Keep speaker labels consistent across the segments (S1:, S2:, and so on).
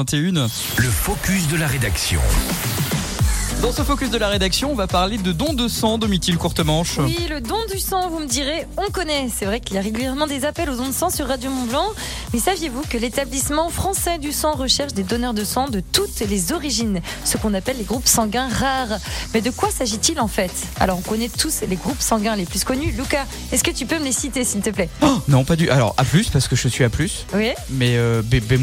S1: 21.
S2: Le focus de la rédaction.
S1: Dans ce focus de la rédaction, on va parler de dons de sang, Domitil Courtemanche.
S3: Oui, le don du sang, vous me direz, on connaît. C'est vrai qu'il y a régulièrement des appels aux dons de sang sur Radio Mont Blanc. Mais saviez-vous que l'établissement français du sang recherche des donneurs de sang de toutes les origines, ce qu'on appelle les groupes sanguins rares Mais de quoi s'agit-il en fait Alors, on connaît tous les groupes sanguins les plus connus. Lucas, est-ce que tu peux me les citer, s'il te plaît
S1: Oh, non, pas du. Alors, A, parce que je suis A,
S3: Oui,
S1: mais euh, B, B-.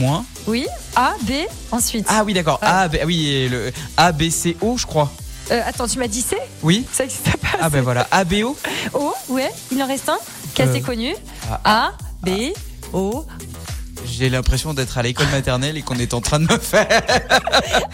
S3: oui. A, B, ensuite.
S1: Ah oui, d'accord.
S3: Ah.
S1: A, B, ah oui, et le A, B, C, O, je crois.
S3: Euh, attends, tu m'as dit C
S1: Oui
S3: Ça n'existe pas.
S1: Ah ben voilà, A, B, O.
S3: O, ouais, il en reste un qui est assez
S1: Euh,
S3: connu.
S1: ah,
S3: A, B, O,
S1: J'ai l'impression d'être à l'école maternelle et qu'on est en train de me faire.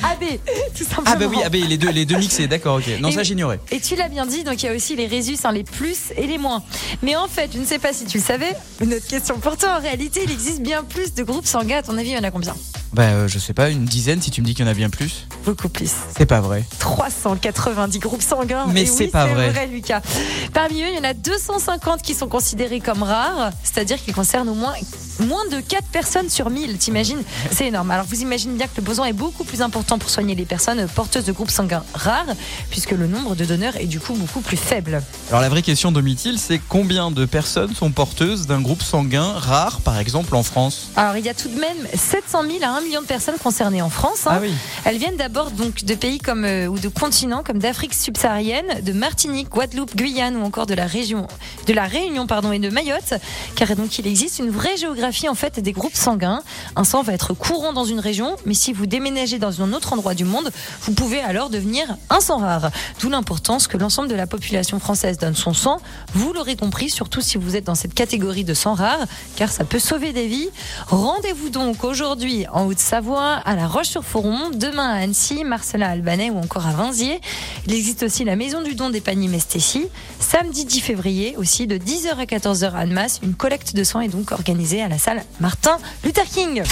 S3: A, B, tout simplement.
S1: Ah ben oui, A, B, les deux, les deux mixés, d'accord, ok. Non,
S3: Et
S1: ça
S3: oui.
S1: j'ignorais.
S3: Et tu l'as bien dit, donc il y a aussi les résus, hein, les plus et les moins. Mais en fait, je ne sais pas si tu le savais, une autre question pour toi. En réalité, il existe bien plus de groupes sanguins. À ton avis, il y en a combien
S1: Bah, euh, je sais pas, une dizaine si tu me dis qu'il y en a bien plus.
S3: Beaucoup plus.
S1: C'est pas vrai.
S3: 390 groupes sanguins.
S1: Mais
S3: Et
S1: c'est
S3: oui,
S1: pas vrai.
S3: Lucas. Parmi eux, il y en a 250 qui sont considérés comme rares, c'est-à-dire qu'ils concernent au moins moins de 4 personnes sur 1000, t'imagines C'est énorme. Alors vous imaginez bien que le besoin est beaucoup plus important pour soigner les personnes porteuses de groupes sanguins rares, puisque le nombre de donneurs est du coup beaucoup plus faible.
S1: Alors la vraie question, Domitil, c'est combien de personnes sont porteuses d'un groupe sanguin rare, par exemple en France
S3: Alors, il y a tout de même 700 000 à 1 million de personnes concernées en France. hein.
S1: oui.
S3: Elles viennent d'abord donc de pays comme euh, ou de continents comme d'Afrique subsaharienne, de Martinique, Guadeloupe, Guyane ou encore de la région de la Réunion pardon et de Mayotte, car donc il existe une vraie géographie en fait des groupes sanguins. Un sang va être courant dans une région, mais si vous déménagez dans un autre endroit du monde, vous pouvez alors devenir un sang rare. D'où l'importance que l'ensemble de la population française donne son sang. Vous l'aurez compris, surtout si vous êtes dans cette catégorie de sang rare, car ça peut sauver des vies. Rendez-vous donc aujourd'hui en Haute-Savoie, à La Roche-sur-Foron, demain à Annecy, Marcelin Albanais ou encore à Vinziers. Il existe aussi la Maison du Don des Paniers Mestécy. Samedi 10 février, aussi de 10h à 14h à Annemasse, une collecte de sang est donc organisée à la salle Martin Luther King.